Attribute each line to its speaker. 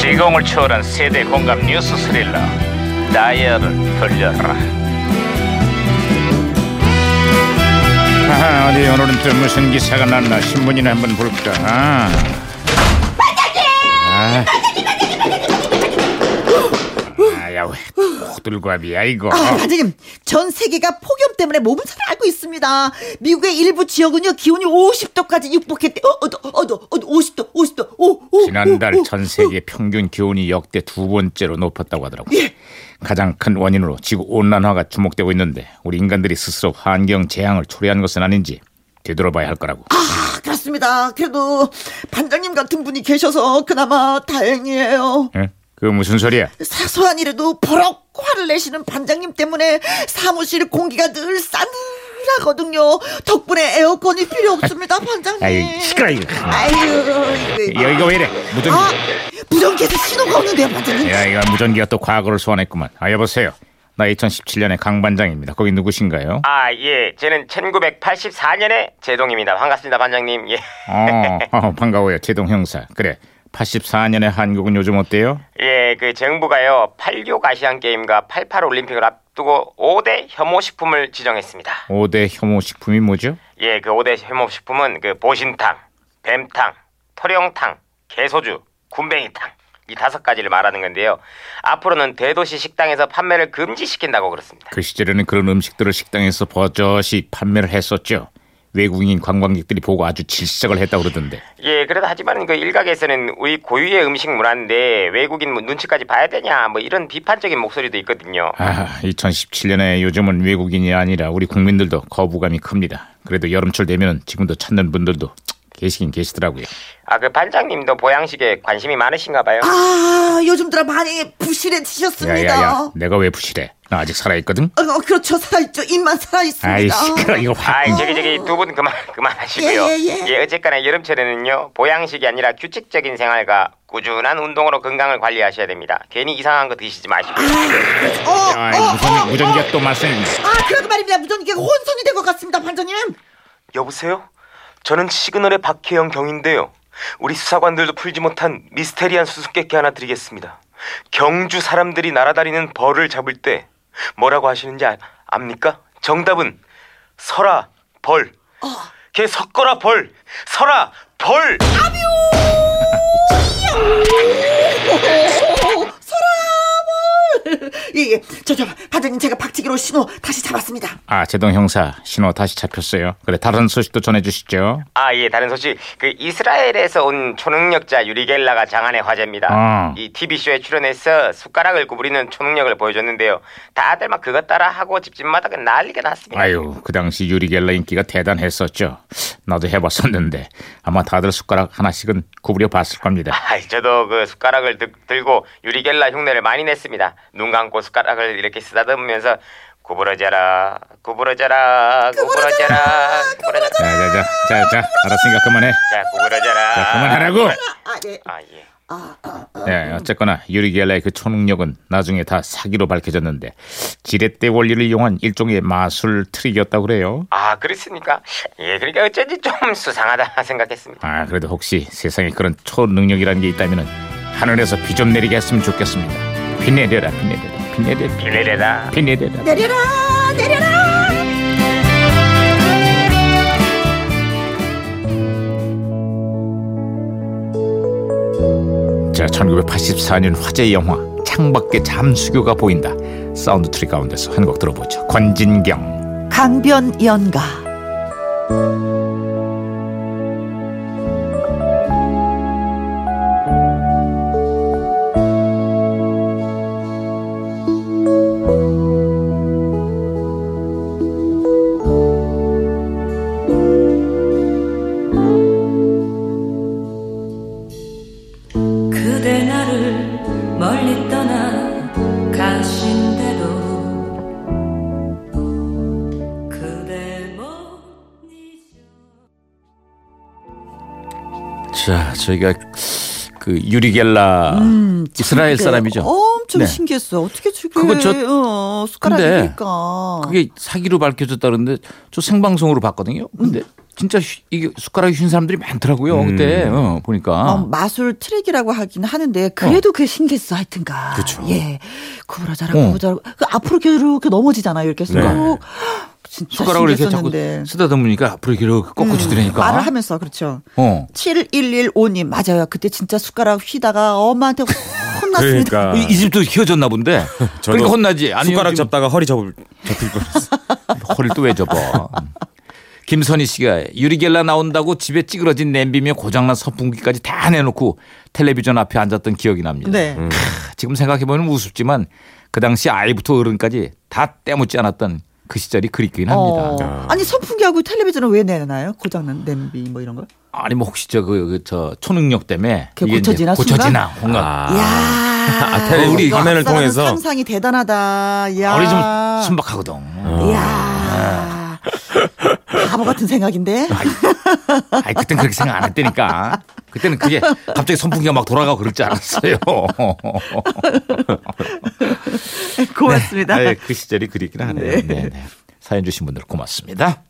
Speaker 1: 시공을 초월한 세대 공감 뉴스 스릴러 다이얼을 돌려라
Speaker 2: 아하, 어디 오늘은 또 무슨 기사가 났나 신문이나 한번 볼까. 아. 아. 아야 왜 호들갑이야 이거.
Speaker 3: 아, 반장님, 전 세계가 폭염 때문에 몸살을 앓고 있습니다. 미국의 일부 지역은요, 기온이 50도까지 육박했대. 어, 어, 어, 어, 어, 50도, 50도, 오, 오.
Speaker 2: 지난달
Speaker 3: 오, 오.
Speaker 2: 전 세계 평균 기온이 역대 두 번째로 높았다고 하더라고. 요 가장 큰 원인으로 지구 온난화가 주목되고 있는데 우리 인간들이 스스로 환경 재앙을 초래한 것은 아닌지 되돌아봐야 할 거라고.
Speaker 3: 아, 그렇습니다. 그래도 반장님 같은 분이 계셔서 그나마 다행이에요.
Speaker 2: 응? 그 무슨 소리야?
Speaker 3: 사소한 일에도 버럭 화를 내시는 반장님 때문에 사무실 공기가 늘 싸늘하거든요. 덕분에 에어컨이 필요 없습니다, 반장님.
Speaker 2: 아이, 시끄러워, 이거.
Speaker 3: 아유, 이거.
Speaker 2: 여기가 왜 이래? 무전기.
Speaker 3: 아, 무전기에서 신호가 오는데요, 반장님.
Speaker 2: 야, 이거 무전기가 또 과거를 소환했구만. 아, 여보세요. 나 2017년의 강반장입니다. 거기 누구신가요?
Speaker 4: 아, 예. 저는 1984년에 제동입니다. 반갑습니다, 반장님. 예.
Speaker 2: 어, 어, 반가워요. 제동 형사. 그래. 84년의 한국은 요즘 어때요?
Speaker 4: 예, 그 정부가요. 86 아시안 게임과 88 올림픽을 앞두고 5대 혐오 식품을 지정했습니다.
Speaker 2: 5대 혐오 식품이 뭐죠?
Speaker 4: 예, 그 5대 혐오 식품은 그 보신탕, 뱀탕, 토령탕, 개소주, 군뱅이탕 이 다섯 가지를 말하는 건데요. 앞으로는 대도시 식당에서 판매를 금지시킨다고 그렇습니다.
Speaker 2: 그 시절에는 그런 음식들을 식당에서 버젓이 판매를 했었죠. 외국인 관광객들이 보고 아주 질색을 했다고 그러던데.
Speaker 4: 예, 그래도 하지만 그 일각에서는 우리 고유의 음식 문화인데 외국인 뭐 눈치까지 봐야 되냐 뭐 이런 비판적인 목소리도 있거든요.
Speaker 2: 아, 2017년에 요즘은 외국인이 아니라 우리 국민들도 거부감이 큽니다. 그래도 여름철 되면 지금도 찾는 분들도 계시긴 계시더라고요.
Speaker 4: 아 그 반장님도 보양식에 관심이 많으신가 봐요.
Speaker 3: 아, 요즘 들어 많이 부실해지셨습니다.
Speaker 2: 야야야, 내가 왜 부실해? 나 아직 살아있거든.
Speaker 3: 어, 어, 그렇죠. 살아있죠. 입만 살아있습니다. 어,
Speaker 2: 아이 시끄러 이거 봐.
Speaker 4: 아이 저기 저기 두 분 그만 그만하시고요.
Speaker 3: 예, 예, 예.
Speaker 4: 어쨌거나 여름철에는요 보양식이 아니라 규칙적인 생활과 꾸준한 운동으로 건강을 관리하셔야 됩니다. 괜히 이상한 거 드시지 마시고.
Speaker 3: 어,
Speaker 2: 아이
Speaker 3: 어, 어,
Speaker 2: 무슨 무전기가
Speaker 3: 어.
Speaker 2: 또 말썽이.
Speaker 3: 아, 그러고 말입니다. 무전기가 혼선이 된 것 같습니다, 반장님.
Speaker 4: 여보세요? 저는 시그널의 박혜영 경인데요. 우리 수사관들도 풀지 못한 미스테리한 수수께끼 하나 드리겠습니다. 경주 사람들이 날아다니는 벌을 잡을 때 뭐라고 하시는지 아- 압니까? 정답은 설아 벌. 걔 섞어라 벌. 설아 벌.
Speaker 3: 예, 예. 저, 저, 반장님, 제가 박치기로 신호 다시 잡았습니다.
Speaker 2: 아 제동 형사 신호 다시 잡혔어요. 그래 다른 소식도 전해주시죠.
Speaker 4: 아, 예, 다른 소식. 그 이스라엘에서 온 초능력자 유리겔라가 장안의 화제입니다.
Speaker 2: 아.
Speaker 4: 이 TV쇼에 출연해서 숟가락을 구부리는 초능력을 보여줬는데요. 다들 막 그것 따라 하고 집집마다 그 난리가 났습니다.
Speaker 2: 아유 그 당시 유리겔라 인기가 대단했었죠. 나도 해봤었는데 아마 다들 숟가락 하나씩은 구부려 봤을 겁니다.
Speaker 4: 아이, 저도 그 숟가락을 드- 들고 유리겔라 흉내를 많이 냈습니다. 눈 감고 숟가락을 이렇게 쓰다듬으면서 구부러져라, 구부러져라, 구부러져라, 구부러져라.
Speaker 2: 자자자 자자 알았으니까 그만해.
Speaker 4: 자, 구부러져라.
Speaker 2: 자 그만하라고.
Speaker 3: 아, 예.
Speaker 4: 아, 예.
Speaker 2: 예 어쨌거나 유리겔라의 그 초능력은 나중에 다 사기로 밝혀졌는데 지렛대 원리를 이용한 일종의 마술 트릭이었다고 그래요.
Speaker 4: 아, 그렇습니까? 예, 그러니까 어쩐지 좀 수상하다 생각했습니다.
Speaker 2: 아 그래도 혹시 세상에 그런 초능력이라는 게 있다면은 하늘에서 비 좀 내리게 했으면 좋겠습니다. 비 내려라 비 내려라 비 내려라
Speaker 4: 빌레레다
Speaker 2: 비 내려라.
Speaker 3: 내려라, 내려라.
Speaker 2: 자 1984년 화제 영화 창밖에 잠수교가 보인다 사운드 트랙 가운데서 한 곡 들어보죠. 권진경
Speaker 3: 강변 연가.
Speaker 5: 그대 나를 멀리 떠나 가신대도 그대 못 잊어
Speaker 6: 자, 저희가 그 유리겔라 이스라엘 사람이죠.
Speaker 3: 엄청
Speaker 6: 네.
Speaker 3: 신기했어. 어떻게 저게
Speaker 6: 그거 저-
Speaker 3: 어,
Speaker 6: 근데
Speaker 3: 숟가락이니까.
Speaker 6: 그게 사기로 밝혀졌다는데 저 생방송으로 봤거든요. 근데
Speaker 2: 진짜 휘- 이게 숟가락이 쉰 사람들이 많더라고요. 그때 어, 보니까.
Speaker 3: 어, 마술 트릭이라고 하긴 하는데 그래도 그게 신기했어 하여튼가.
Speaker 6: 그쵸.
Speaker 3: 예. 구부러져라
Speaker 2: 어.
Speaker 3: 구부러져라. 그 앞으로 이렇게 넘어지잖아요. 이렇게 쑥. 진짜
Speaker 2: 숟가락을 이렇게 자꾸 그러니까.
Speaker 3: 신기했었는데. 음.
Speaker 2: 쓰다듬으니까 앞으로 이렇게 꺾어지 되니까.
Speaker 3: 말을 하면서 그렇죠.
Speaker 2: 어.
Speaker 3: 7115님 맞아요. 그때 진짜 숟가락 휘다가 엄마한테 혼났습니다.
Speaker 6: 그러니까
Speaker 2: 이, 이 집도 휘어졌나 본데. 그러니까 혼나지. 아니면
Speaker 6: 숟가락
Speaker 2: 지금
Speaker 6: 잡다가 허리 접을 접힐 뻔했어.
Speaker 2: 허리를 또 왜 접어. 음. 김선희 씨가 유리겔라 나온다고 집에 찌그러진 냄비며 고장난 선풍기까지 다 내놓고 텔레비전 앞에 앉았던 기억이 납니다.
Speaker 3: 네.
Speaker 2: 크, 지금 생각해보면 우습지만 그 당시 아이부터 어른까지 다 때묻지 않았던 그 시절이 그립긴
Speaker 3: 어.
Speaker 2: 합니다.
Speaker 3: 아니 선풍기하고 텔레비전은 왜 내나요? 고장난 냄비 뭐 이런 걸?
Speaker 2: 아니 뭐 혹시 저 그 저 초능력 때문에
Speaker 3: 그게
Speaker 2: 이게 이제
Speaker 3: 고쳐지나,
Speaker 2: 고쳐지나 뭔가
Speaker 6: 아,
Speaker 3: 이야.
Speaker 6: 텔레-
Speaker 3: 이거
Speaker 6: 우리
Speaker 3: 앞
Speaker 6: 화면을
Speaker 3: 사람은
Speaker 6: 통해서.
Speaker 3: 상상이 대단하다. 야.
Speaker 2: 머리 좀
Speaker 3: 아.
Speaker 2: 순박하거든.
Speaker 3: 야. 바보 같은 생각인데.
Speaker 2: 아니 그땐 그렇게 생각 안 했다니까. 그때는 그게 갑자기 선풍기가 막 돌아가고 그럴 않았어요
Speaker 3: 고맙습니다. 예. 아,
Speaker 2: 네, 그 시절이 그립긴 하네요. 네, 네. 사연 주신 분들 고맙습니다.